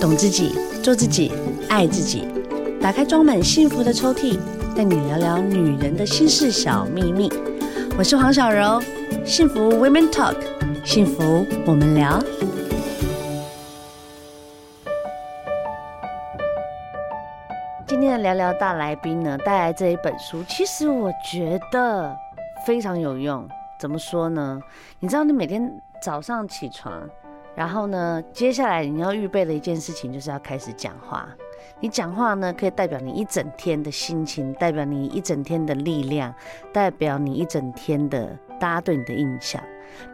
懂自己，做自己，爱自己。打开装满幸福的抽屉，带你聊聊女人的心事小秘密。我是黄小柔，幸福 Women Talk，幸福我们聊。今天的聊聊大来宾呢，带来这一本书，其实我觉得非常有用。怎么说呢？你知道，你每天早上起床，然后呢，接下来你要预备的一件事情就是要开始讲话。你讲话呢，可以代表你一整天的心情，代表你一整天的力量，代表你一整天的大家对你的印象。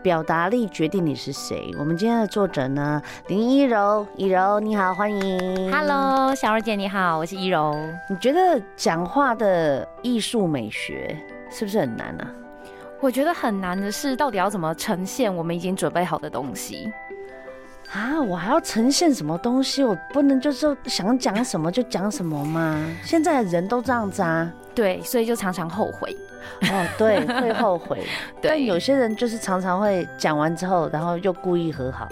表达力决定你是谁。我们今天的作者呢，林一柔，一柔你好，欢迎。 Hello，小柔姐你好，我是怡柔。你觉得讲话的艺术美学是不是很难啊？我觉得很难的是，到底要怎么呈现我们已经准备好的东西？啊，我还要呈现什么东西？我不能就是想讲什么就讲什么吗？现在的人都这样子啊。对，所以就常常后悔。哦，对， 会后悔。但对，有些人就是常常会讲完之后，然后又故意和好。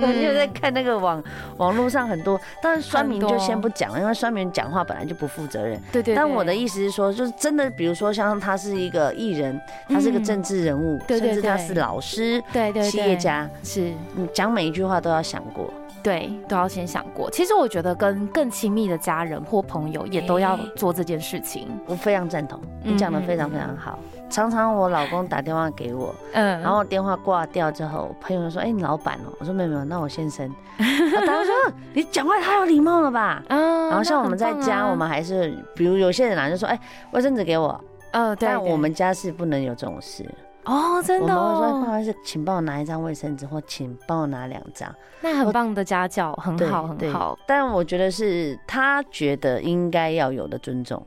我就在看那个网网络上很多，当然酸民很就多先不讲了，因为酸民讲话本来就不负责任。对对。但我的意思是说，就是真的，比如说像他是一个艺人，他是个嗯政治人物，对对甚至他对是老师、对对对企业家，是你讲每一句话都要想过。对都要先想过。其实我觉得跟更亲密的家人或朋友也都要哎做这件事情。我非常赞同，嗯你讲的非常非常好。常常我老公打电话给我，嗯，然后电话挂掉之后，朋友就说：“哎、你老板哦、我说：“没有没有，那我先生。” 然后他说：“啊你讲话太有礼貌了吧？”嗯，然后像那我们在很棒家，啊我们还是比如有些人啊就说：“哎、卫生纸给我。呃，”对，但对我们家是不能有这种事，哦，真我的们会说：“哎不哦，好意思，请帮我拿一张卫生纸，或请帮我拿两张。那很棒的家教，”很对好，很对好。但我觉得是他觉得应该要有的尊重。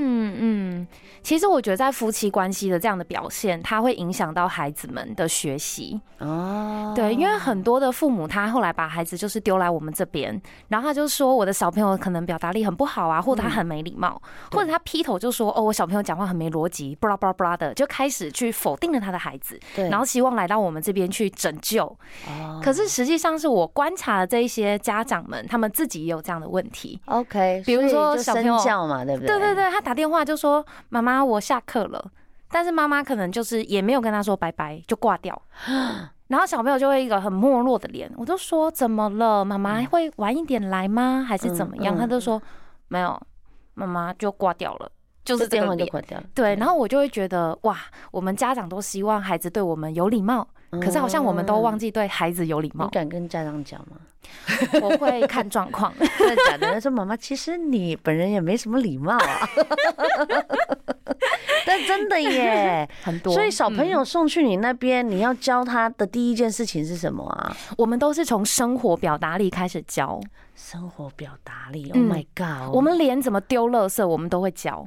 嗯嗯，其实我觉得在夫妻关系的这样的表现，它会影响到孩子们的学习。哦，对，因为很多的父母他后来把孩子就是丢来我们这边，然后他就说我的小朋友可能表达力很不好啊，或者他很没礼貌，嗯对或者他劈头就说哦我小朋友讲话很没逻辑，巴拉巴拉巴拉的，就开始去否定了他的孩子，对，然后希望来到我们这边去拯救。哦可是实际上是我观察的这一些家长们，他们自己也有这样的问题。 OK，比如所以说就小朋身友教嘛，对不对？对对对，他打电话就说妈妈我下课了，但是妈妈可能就是也没有跟他说拜拜，就挂 掉。然后小朋友就会一个很没落的脸，我就说怎么了，妈妈会晚一点来吗？还是怎么嗯样？嗯嗯他就说没有，妈妈就挂掉了，就就是是这电个话就脸。挂掉嗯了。对，然后我就会觉得哇，我们家长都希望孩子对我们有礼貌，可是好像我们都忘记。记对孩子有礼哦你貌。敢跟家长讲吗？我会看 状况，真的假的？他说妈妈，其实你本人也没什么礼貌啊。 但真的耶，很 多。所以小朋嗯友送去你那边，你要教他的第一件事情是什么啊？我们都是从生活表达力开始教。生活表达力。Oh 嗯 my god！我们连怎么丢垃圾我们都会教。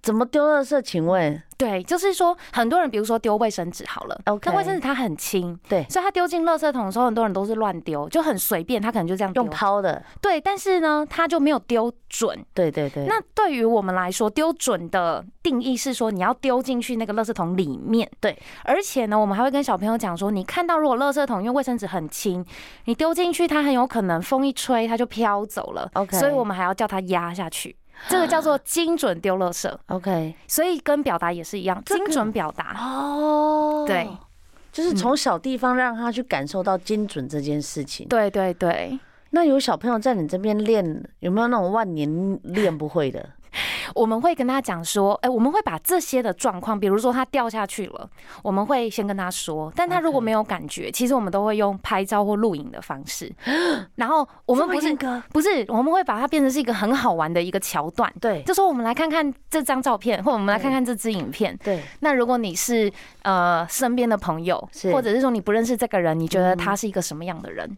怎么丢垃圾？请问，对，就是说很多人，比如说丢卫生纸好了 OK 那卫生纸它很轻，对，所以它丢进垃圾桶的时候，很多人都是乱丢，就很随便，他可能就这样丢用。抛的，对，但是呢，他就没有丢准。对对对。那对于我们来说，丢准的定义是说你要丢进去那个垃圾桶里面。对，而且呢，我们还会跟小朋友讲说，你看到如果垃圾桶因为卫生纸很轻，你丢进去，它很有可能风一吹它就飘走了。哦 OK 所以我们还要叫它压下去，这个叫做精准丢垃圾。 OK，所以跟表达也是一样，这精个准表达。哦对，就是从小地方让他去感受到精准这件事情。对对对，那有小朋友在你这边练，有没有那种万年练不会的？我们会跟他讲说，哎、我们会把这些的状况，比如说他掉下去了，我们会先跟他说，但他 OK 如果没有感觉，其实我们都会用拍照或录影的 方式，然后我们不这么是严格不是，我们会把它变成是一个很好玩的一个桥段，对就说我们来看看这张照片，或我们来看看这支影片。对，那如果你是呃身边的朋友，是或者是说你不认识这个人，你觉得嗯他是一个什么样的人？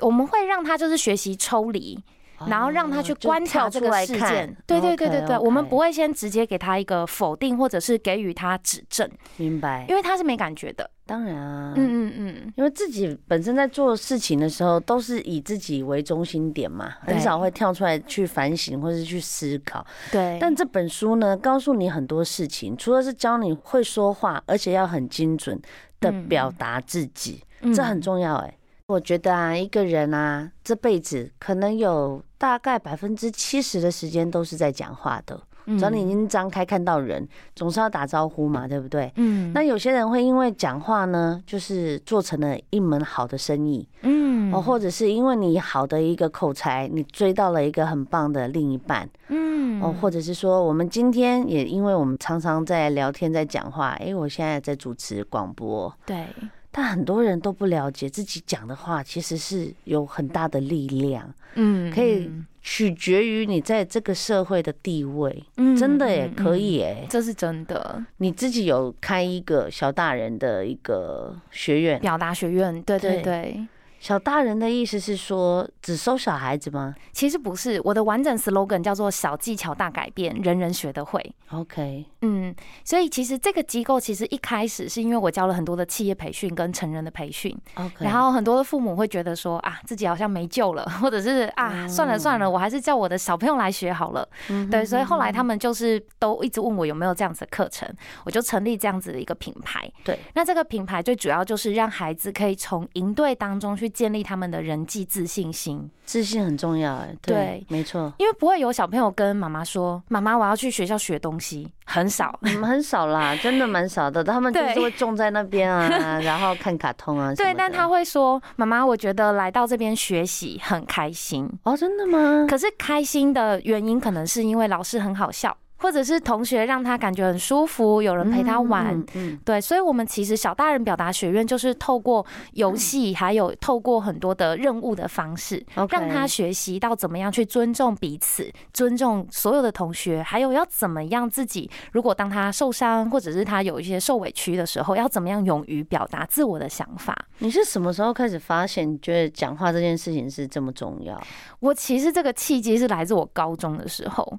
我们会让他就是学习抽离，哦然后让他去观察这个事件。对对对对对，我们不会会先直接给他一个否定，或者是给予他指正，明白，因为他是没感觉的。当然啊，嗯。嗯嗯嗯，因为自己本身在做事情的时候，都是以自己为中心点嘛，对很少会跳出来去反省或是去思考。对。但这本书呢，告诉你很多事情，除了是教你会说话，而且要很精准的嗯表达自己，嗯这很重要哎、我觉得啊，一个人啊，这辈子可能有大概百分之七十的时间都是在讲话的。嗯只要你眼睛张开看到人，总是要打招呼嘛，对不对？嗯，那有些人会因为讲话呢，就是做成了一门好的生意嗯哦，或者是因为你好的一个口才，你追到了一个很棒的另一半嗯哦，或者是说我们今天也因为我们常常在聊天在讲话，诶，我现在在主持广播，对，但很多人都不了解自己讲的话其实是有很大的力量，嗯可以取决于你在这个社会的地位，嗯真的也嗯可以嗯诶。这是真的。你自己有开一个小大人的一个学院，表达学院，对对对对。小大人的意思是说只收小孩子吗其实不是，我的完整 slogan 叫做“小技巧大改变，人人学得会”。 ？OK，嗯，所以其实这个机构其实一开始是因为我教了很多的企业培训跟成人的培训， OK，然后很多的父母会觉得说啊，自己好像没救了， 或者是啊，算了算了，我还是叫我的小朋友来学好了。嗯对，所以后来他们就是都一直问我有没有这样子的课程，我就成立这样子的一个品牌。对，那这个品牌最主要就是让孩子可以从营队当中去建立他们的人际自信心，自信很重要，哎，对，没错，因为不会有小朋友跟妈妈说：“妈妈，我要去学校学东西。”很 少。你们很嗯少啦，真的蛮少的，他们就对是会种在那边 啊，然后看卡通啊什么的，对，但他会说：“妈妈，我觉得来到这边学习很开心。”哦，真的吗？可是开心的原因可能是因为老师很好笑，或者是同学让他感觉很舒服，有人陪他玩。嗯，嗯对，所以，我们其实小大人表达学院就是透过游戏，还有透过很多的任务的方式，嗯，OK 让他学习到怎么样去尊重彼此，尊重所有的同学，还有要怎么样自己，如果当他受伤或者是他有一些受委屈的时候，要怎么样勇于表达自我的想法。你是什么时候开始发现，你觉得讲话这件事情是这么重要？我其实这个契机是来自我高中的时候，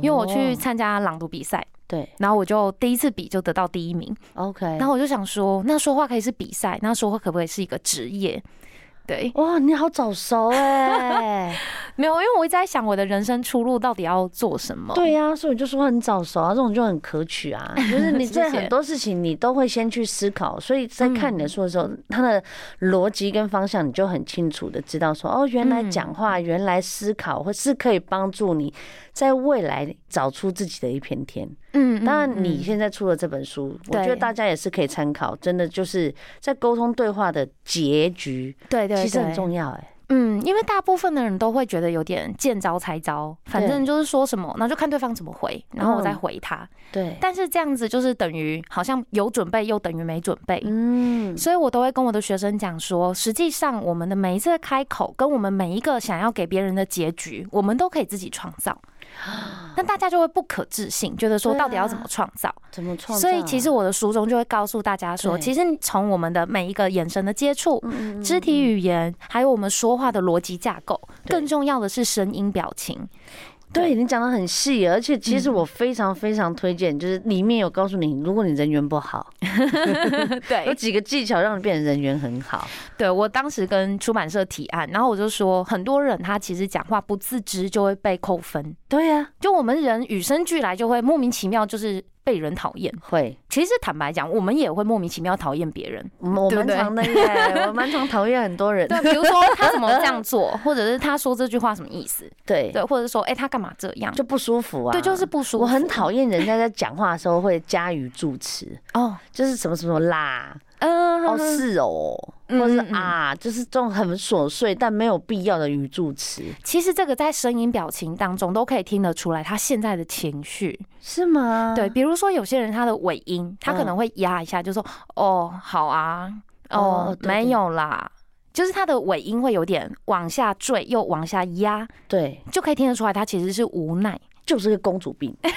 因为我去哦参加朗读比赛。对然后我就第一次比就得到第一名， ，OK，然后我就想说，那说话可以是比赛，那说话可不可以是一个职业？对，哇，你好早熟 哎、没有，因为我一直在想我的人生出路到底要做什么。对啊呀、所以我就说很早熟啊，这种就很可取 啊，就是你对谢谢很多事情你都会先去思考，所以在看你的书的时候，它的逻辑跟方向你就很清楚的知道说，哦，原来讲话，原来思考，或是可以帮助你在未来找出自己的一片天。嗯，嗯，当然，你嗯现在出了这本书，我觉得对大家也是可以参考，真的就是在沟通对话的结局，对对，其实很对重要哎、嗯，因为大部分的人都会觉得有点见招拆招，反对正就是说什么，那就看对方怎么回，然后我再嗯回他。对，但是这样子就是等于好像有准备又等于没准备。嗯，所以我都会跟我的学生讲说，实际上我们的每一次的开口，跟我们每一个想要给别人的结局，我们都可以自己创造。那大家就会不可置信，觉得说啊对啊到底要怎么创造？怎么创造所啊？以其实我的书中就会告诉大家说，对其实从我们的每一个眼神的接触、嗯，嗯肢体语言，还有我们说话的逻辑架构，对更重要的是声音表情。对你讲的很细，而且其嗯实我非常非常推荐，就是里面有告诉你，如果你人缘不 好，有 对， 几个技巧让你变得人缘很好。对我当时跟出版社提案，然后我就说，很多人他其实讲话不自知就会被扣分。对呀、啊，就我们人与生俱来就会莫名其妙就是被人讨厌。会，其实坦白讲，我们也会莫名其妙讨厌别人。我我对蛮不对常的耶， 我蛮常讨厌很多人。对，比如说他怎么这样做，或者是他说这句话什么意思？对，对，或者说哎、他干嘛这样？就不舒服啊。对，就是不舒服。我很讨厌人家在讲话的时候会加语助词，哦，就是什么什么啦，嗯、哦是哦。嗯或是嗯嗯啊，就是这种很琐碎但没有必要的语助词，其实这个在声音表情当中都可以听得出来他现在的情绪。是吗？对，，比如说有些人他的尾音，他可能会压一下，就说哦好啊，嗯哦哦对对没有啦，就是他的尾音会有点往下坠，又往下压。对，就可以听得出来，他其实是无 奈。就是个公主病。哎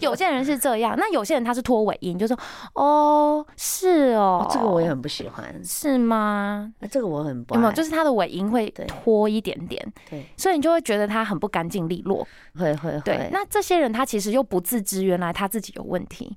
有些人是这样，那有些人他是拖尾音，就说哦，是哦哦，这个我也很不喜欢，是吗？啊这个我很不有没有？爱就是他的尾音会对拖一点点，对，所以你就会觉得他很不干净利落。会会对会，，那这些人他其实又不自知，原来他自己有问题。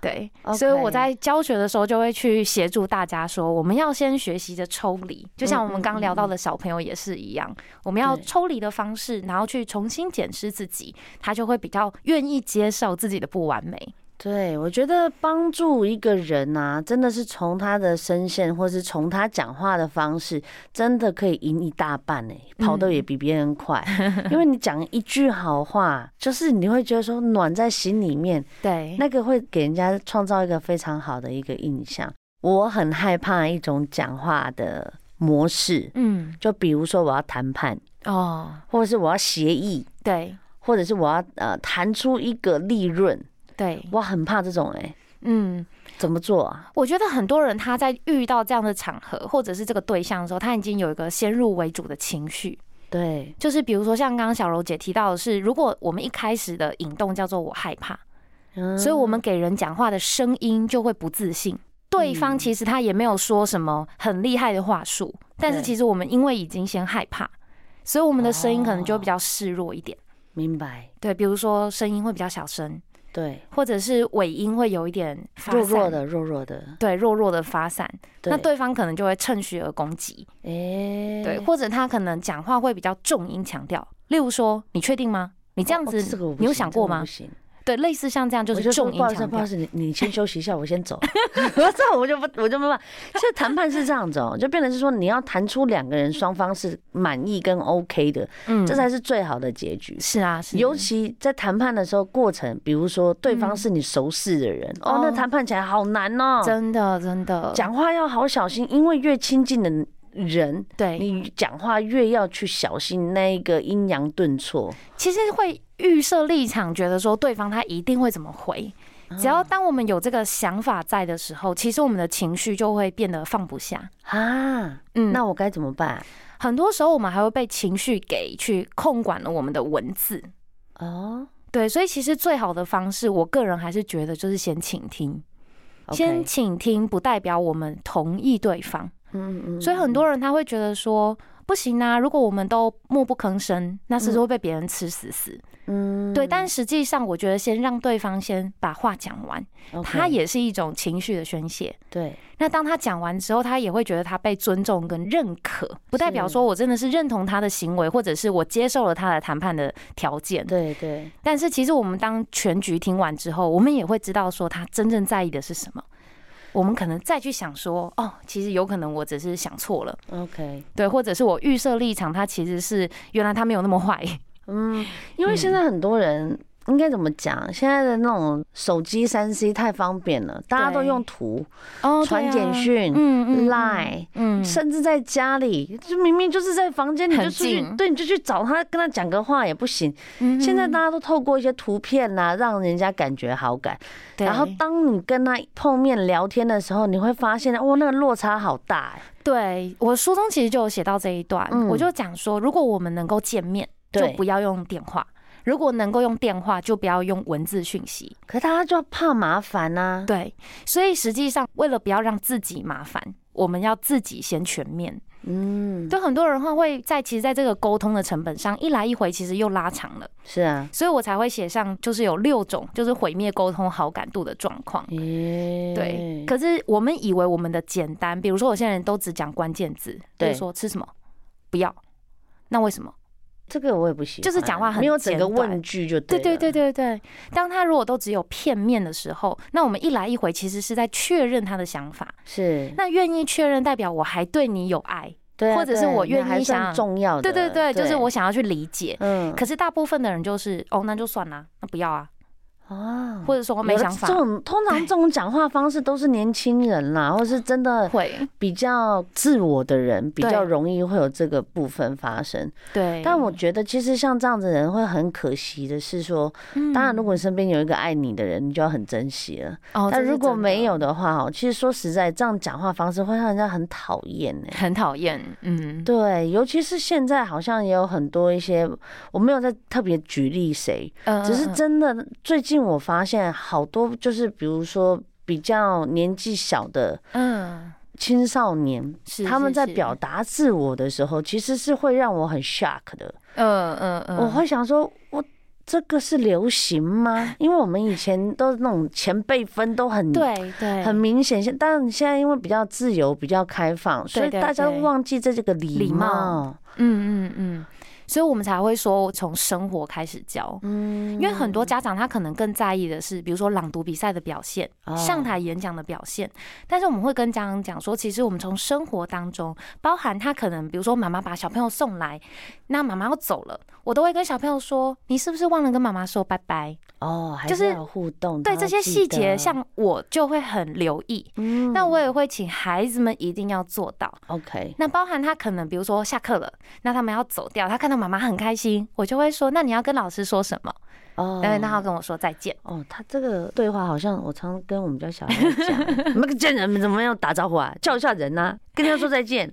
对 OK 所以我在教学的时候就会去协助大家说，我们要先学习着抽离，就像我们刚聊到的小朋友也是一样，我们要对抽离的方式，然后去重新检视自己，他就会比较愿意接受自己的不完美。对，我觉得帮助一个人啊，真的是从他的声线，或是从他讲话的方式，真的可以赢一大半呢、跑得嗯也比别人 快。因为你讲一句好话，就是你会觉得说暖在心里面，对，那个会给人家创造一个非常好的一个印象。我很害怕一种讲话的模式，嗯就比如说我要谈判，哦，或者是我要协议，对或者是我要呃谈出一个利润，对，我很怕这种哎、嗯，怎么做啊？我觉得很多人他在遇到这样的场合或者是这个对象的时候，他已经有一个先入为主的情绪，对，就是比如说像刚刚小柔姐提到的是，如果我们一开始的引动叫做我害怕，嗯所以我们给人讲话的声音就会不自信。对方嗯其实他也没有说什么很厉害的话术，但是对其实我们因为已经先害怕，所以我们的声音可能就哦比较示弱一点。明白，对，比如说声音会比较小声，对，或者是尾音会有一点发弱散弱，的，弱弱的，对，弱弱的发散。对那，对方可能就会趁虚而攻击，哎，对，或者他可能讲话会比较重音强调，例如说“你确定吗？你这样哦子，这个我不你有行想这个过我吗不行，对，类似像这样就我是就说重音不好意思，强不好调意，思，你你先休息一下，我先走。 这样我就不，我就没办法。现在谈判是这样子哦、就变成是说你要谈出两个人双方是满意跟 OK 的，嗯这才是最好的结局。是啊，是尤其在谈判的时候，过程，比如说对方是你熟识的人，哦，那嗯哦谈判起来好难哦、真的真的讲话要好小心，因为越亲近的人，对，你讲话越要去小心那一个阴阳顿挫。其实会预设立场，觉得说对方他一定会怎么回。啊只要当我们有这个想法在的时候，其实我们的情绪就会变得放不下。啊，嗯，那我该怎么办？很多时候我们还会被情绪给去控管了我们的文字。哦对，所以其实最好的方式，我个人还是觉得就是先倾听。哦，OK，先倾听不代表我们同意对方，嗯嗯嗯所以很嗯多人他会觉得说不行啊，如果我们都默不吭声，那是不是会被别人吃死死。嗯对，但实际上我觉得先让对方先把话讲完，嗯他 OK，也是一种情绪的宣泄。对，那当他讲完之后，他也会觉得他被尊重跟认可，不代表是说我真的是认同他的行为，或者是我接受了他的谈判的条件。对对，但是其实我们当全局听完之后，我们也会知道说他真正在意的是什么。我们可能再去想说，哦，其实有可能我只是想错了， OK，对，或者是我预设立场，他其实是原来他没有那么坏，嗯，因为现在很多人。应该怎么讲？现在的那种手机三 C 太方便了，大家都对用图、哦传简，讯、嗯 Line，嗯甚至在家里，就明明就是在房间，你就很出去，近对，你就去找他，跟他讲个话也不行。嗯现在大家都透过一些图片呐、让人家感觉好感。对然后当你跟他碰面聊天的时候，你会发现，哦哇，那个落差好大、欸。对我书中其实就有写到这一段，嗯我就讲说，如果我们能够见面，就对不要用电话；如果能够用电话，就不要用文字讯息。可大家就怕麻烦啊呐、对，所以实际上为了不要让自己麻烦，我们要自己先全面。嗯，对很多人的话会在其实在这个沟通的成本上，一来一回其实又拉长了，是啊。所以我才会写上就是有六种就是毁灭沟通好感度的状况。咦对，可是我们以为我们的简单，比如说有些人都只讲关键字，对对，说吃什么，不要，那为什么？这个我也不喜欢，就是讲话很没有整个简短问句就对对了。对对对对，当他如果都只有片面的时候，那我们一来一回其实是在确认他的想法。是，那愿意确认代表我还对你有爱，对啊或者是对我愿那还意算想重要的，对对对，就是我，想要去理解。嗯，可是大部分的人就是哦，那就算啦，那不要啊，啊，或者说我哦没有的想法这，种通常这种讲话方式都是年轻人啦，或是真的会比较自我的人，比较对容易会有这个部分发生。 对。但我觉得，其实像这样子的人会很可惜的是说，嗯当然，如果你身边有一个爱你的人，你就要很珍惜了。哦，但这是如果真的没有，的话，哦，其实说实在，这样讲话方式会让人家很讨厌呢。很讨厌，嗯，对，尤其是现在，好像也有很多一些，我没有在特别举例谁，嗯只是嗯嗯真的，最近我发现好多就是，比如说比较年纪小的嗯，青少年，是他们是在是表达自我的时候，其实是会让我很 shock 的。嗯嗯嗯，我会想说，我这个是流行吗？因为我们以前都是那种前辈分都很。对对，很明显，现但现在因为比较自由、比较开放，所以对对大家都对忘记这这个礼礼貌貌。嗯嗯嗯，所以我们才会说从生活开始教。嗯因为很多家长他可能更在意的是，比如说朗读比赛的表现、哦上台演讲的表现，但是我们会跟家长讲说，其实我们从生活当中，包含他可能，比如说妈妈把小朋友送来，那妈妈要走了，我都会跟小朋友说，你是不是忘了跟妈妈说拜拜？哦，还就是是要有互动，对他这要些哦记细节，得像我就会很留意。嗯那我也会请孩子们一定要做到。 OK 那包含他可能，比如说下课了，那他们要走掉，他看到妈妈很开心，我就会说，那你要跟老师说什么？哦，对，那他跟我说再见。哦，他这个对话好像我常跟我们家小孩在 讲，你们见人怎么样打招呼啊？叫一下人呐、跟他说再 见，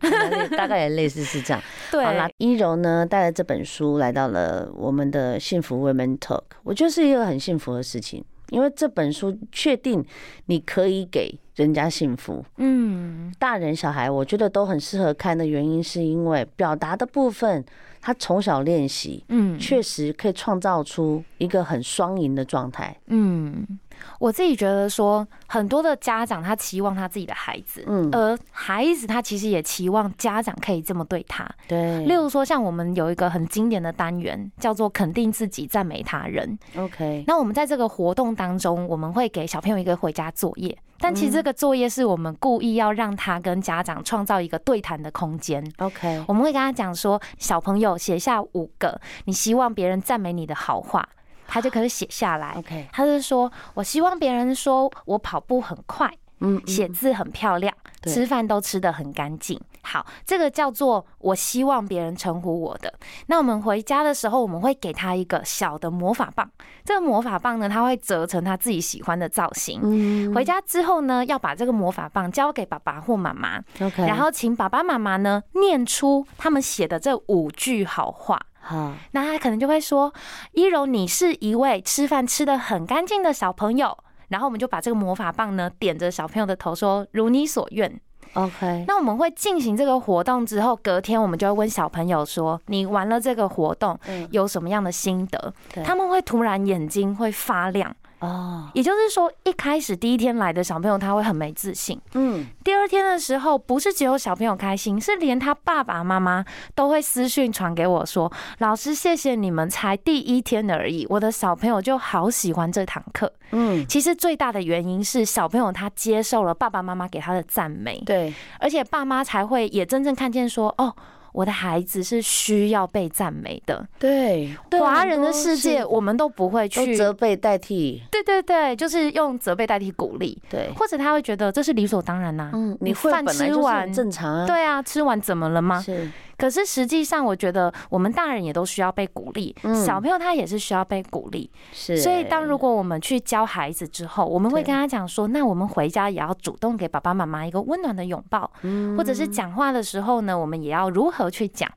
大概也类似是这样。对，好啦，一柔呢带着这本书来到了我们的幸福 Women Talk，我觉得是一个很幸福的事情，因为这本书确定你可以给人家幸福，嗯，大人小孩，我觉得都很适合看的原因，是因为表达的部分，他从小练习，嗯，确实可以创造出一个很双赢的状态。嗯，我自己觉得说，很多的家长他期望他自己的孩子，嗯，而孩子他其实也期望家长可以这么对他。对，例如说，像我们有一个很经典的单元叫做肯定自己、赞美他人。 OK，那我们在这个活动当中，我们会给小朋友一个回家作业，但其实这个作业是我们故意要让他跟家长创造一个对谈的空间。 OK，我们会跟他讲说，小朋友写下五个你希望别人赞美你的好话，他就可以写下来。 OK，他是说我希望别人说我跑步很快，嗯，嗯写字很漂亮，对吃饭都吃得很干净。好，这个叫做我希望别人称呼我的。那我们回家的时候，我们会给他一个小的魔法棒。这个魔法棒呢，他会折成他自己喜欢的造型。嗯回家之后呢，要把这个魔法棒交给爸爸或妈妈， OK，然后请爸爸妈妈呢念出他们写的这五句好话。好，那他可能就会说：“一柔，你是一位吃饭吃的很干净的小朋友。”然后我们就把这个魔法棒呢点着小朋友的头说：“如你所愿。 OK，” 那我们会进行这个活动之后，隔天我们就会问小朋友说：“你玩了这个活动嗯有什么样的心得？”对他们会突然眼睛会发亮，哦，也就是说，一开始第一天来的小朋友他会很没自信，嗯，第二天的时候，不是只有小朋友开心，是连他爸爸妈妈都会私讯传给我说：“老师，谢谢你们，才第一天而已，我的小朋友就好喜欢这堂课。”嗯，其实最大的原因是小朋友他接受了爸爸妈妈给他的赞美，对，而且爸妈才会也真正看见说：“哦，我的孩子是需要被赞美的。”对，华人的世界，我们都不会都去。责备代替，对对对，就是用责备代替鼓励，对，或者他会觉得这是理所当然呐、嗯，你你会饭本来吃就是很完正常啊，对啊，吃完怎么了吗？是，可是实际上，我觉得我们大人也都需要被鼓励，嗯小朋友他也是需要被鼓励。是，所以，当如果我们去教孩子之后，我们会跟他讲说，那我们回家也要主动给爸爸妈妈一个温暖的拥抱，嗯或者是讲话的时候呢，我们也要如何去讲。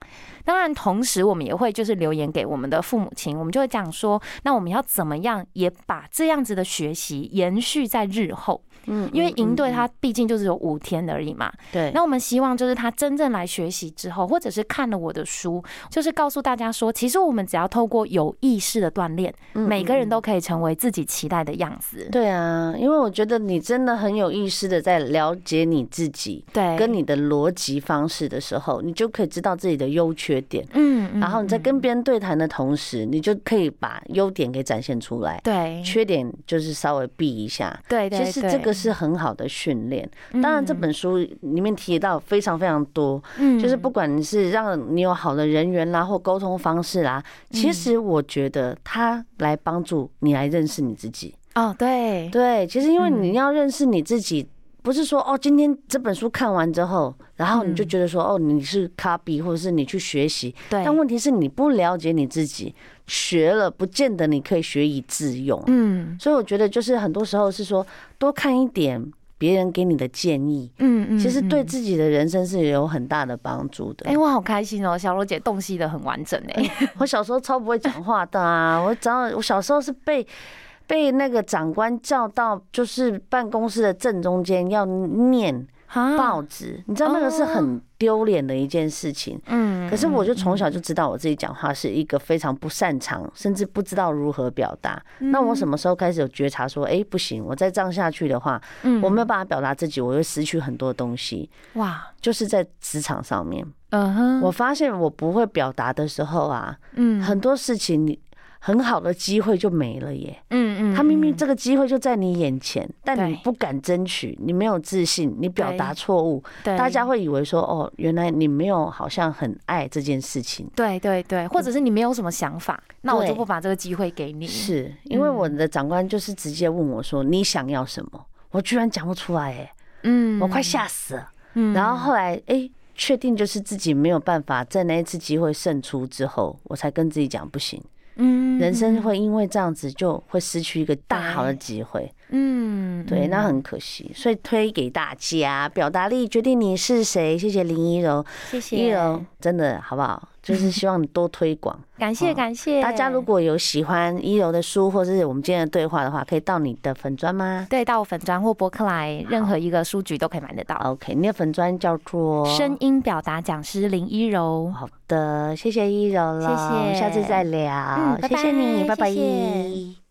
当然，同时我们也会就是留言给我们的父母亲，我们就会讲说，那我们要怎么样也把这样子的学习延续在日后，嗯，因为嗯营队嗯它毕竟就只有五天而已嘛，对，那我们希望就是他真正来学习之后，或者是看了我的书，就是告诉大家说，其实我们只要透过有意识的锻炼，嗯每个嗯人都可以成为自己期待的样子。对啊，因为我觉得你真的很有意识的在了解你自己对，跟你的逻辑方式的时候，你就可以知道自己的优缺点，嗯，嗯然后你在嗯跟别人对谈的同时，你就可以把优点给展现出来，对缺点就是稍微避一下。哎对对，嗯其实这个是很好的训练。当然，这本书里面提到非常非常多，嗯就是不管你是让你有好的人缘啦，或沟通方式啦，嗯其实我觉得它来帮助你来认识你自己。哦，对对，其实因为嗯你要认识你自己，不是说哦，今天这本书看完之后，然后你就嗯觉得说哦，你是 copy 或者是你去学习，对，但问题是你不了解你自己，学了不见得你可以学以致用。嗯所以我觉得就是很多时候是说多看一点别人给你的建议，嗯嗯，其实对嗯。自己的人生是有很大的帮助的哎、。我好开心哦！小罗姐洞悉的很完嗯整哎、 我小时候超不会讲话的啊！我只要我小时候是被被那个长官叫到，就是办公室的正中间要念好，报纸，你知道那个是哦很丢脸的一件事情。嗯可是我就从小就知道我自己讲话是一个非常不擅长，甚至不知道如何表达。嗯那我什么时候开始有觉察说，哎，不行，我再这样下去的话，嗯我没有办法表达自己，我会失去很多东西，哇，就是在职场上面。嗯哼，我发现我不会表达的时候啊，嗯很多事情你很好的机会就没了耶。嗯嗯，他明明嗯这个机会就在你眼前，但你对不敢争取，你没有自信，你表达错误，对大家会以为说哦，原来你没有好像很爱这件事情。对对对，或者是你没有什么想法，那我就嗯对不把这个机会给你。是因为嗯我的长官就是直接问我说你想要什么，我居然讲不出来，哎，嗯我快吓死了。嗯然后后来哎。确定就是自己没有办法在那一次机会胜出之后，我才跟自己讲不行，嗯人生会因为这样子就会失去一个大好的对机会，嗯对，那很可惜。所以推给大家，表达力决定你是谁。谢谢林一柔，谢一谢柔，真的好不好？就是希望你多推广。感哦谢感谢大家如果有喜欢一柔的书，或是我们今天的对话的话，可以到你的粉砖吗对到粉砖或博客来任何一个书局都可以买得到。 ？OK，你的粉砖叫做声音表达讲师林一柔，好的，谢谢一柔了，谢谢下次再聊，嗯拜谢谢你，拜拜拜。谢谢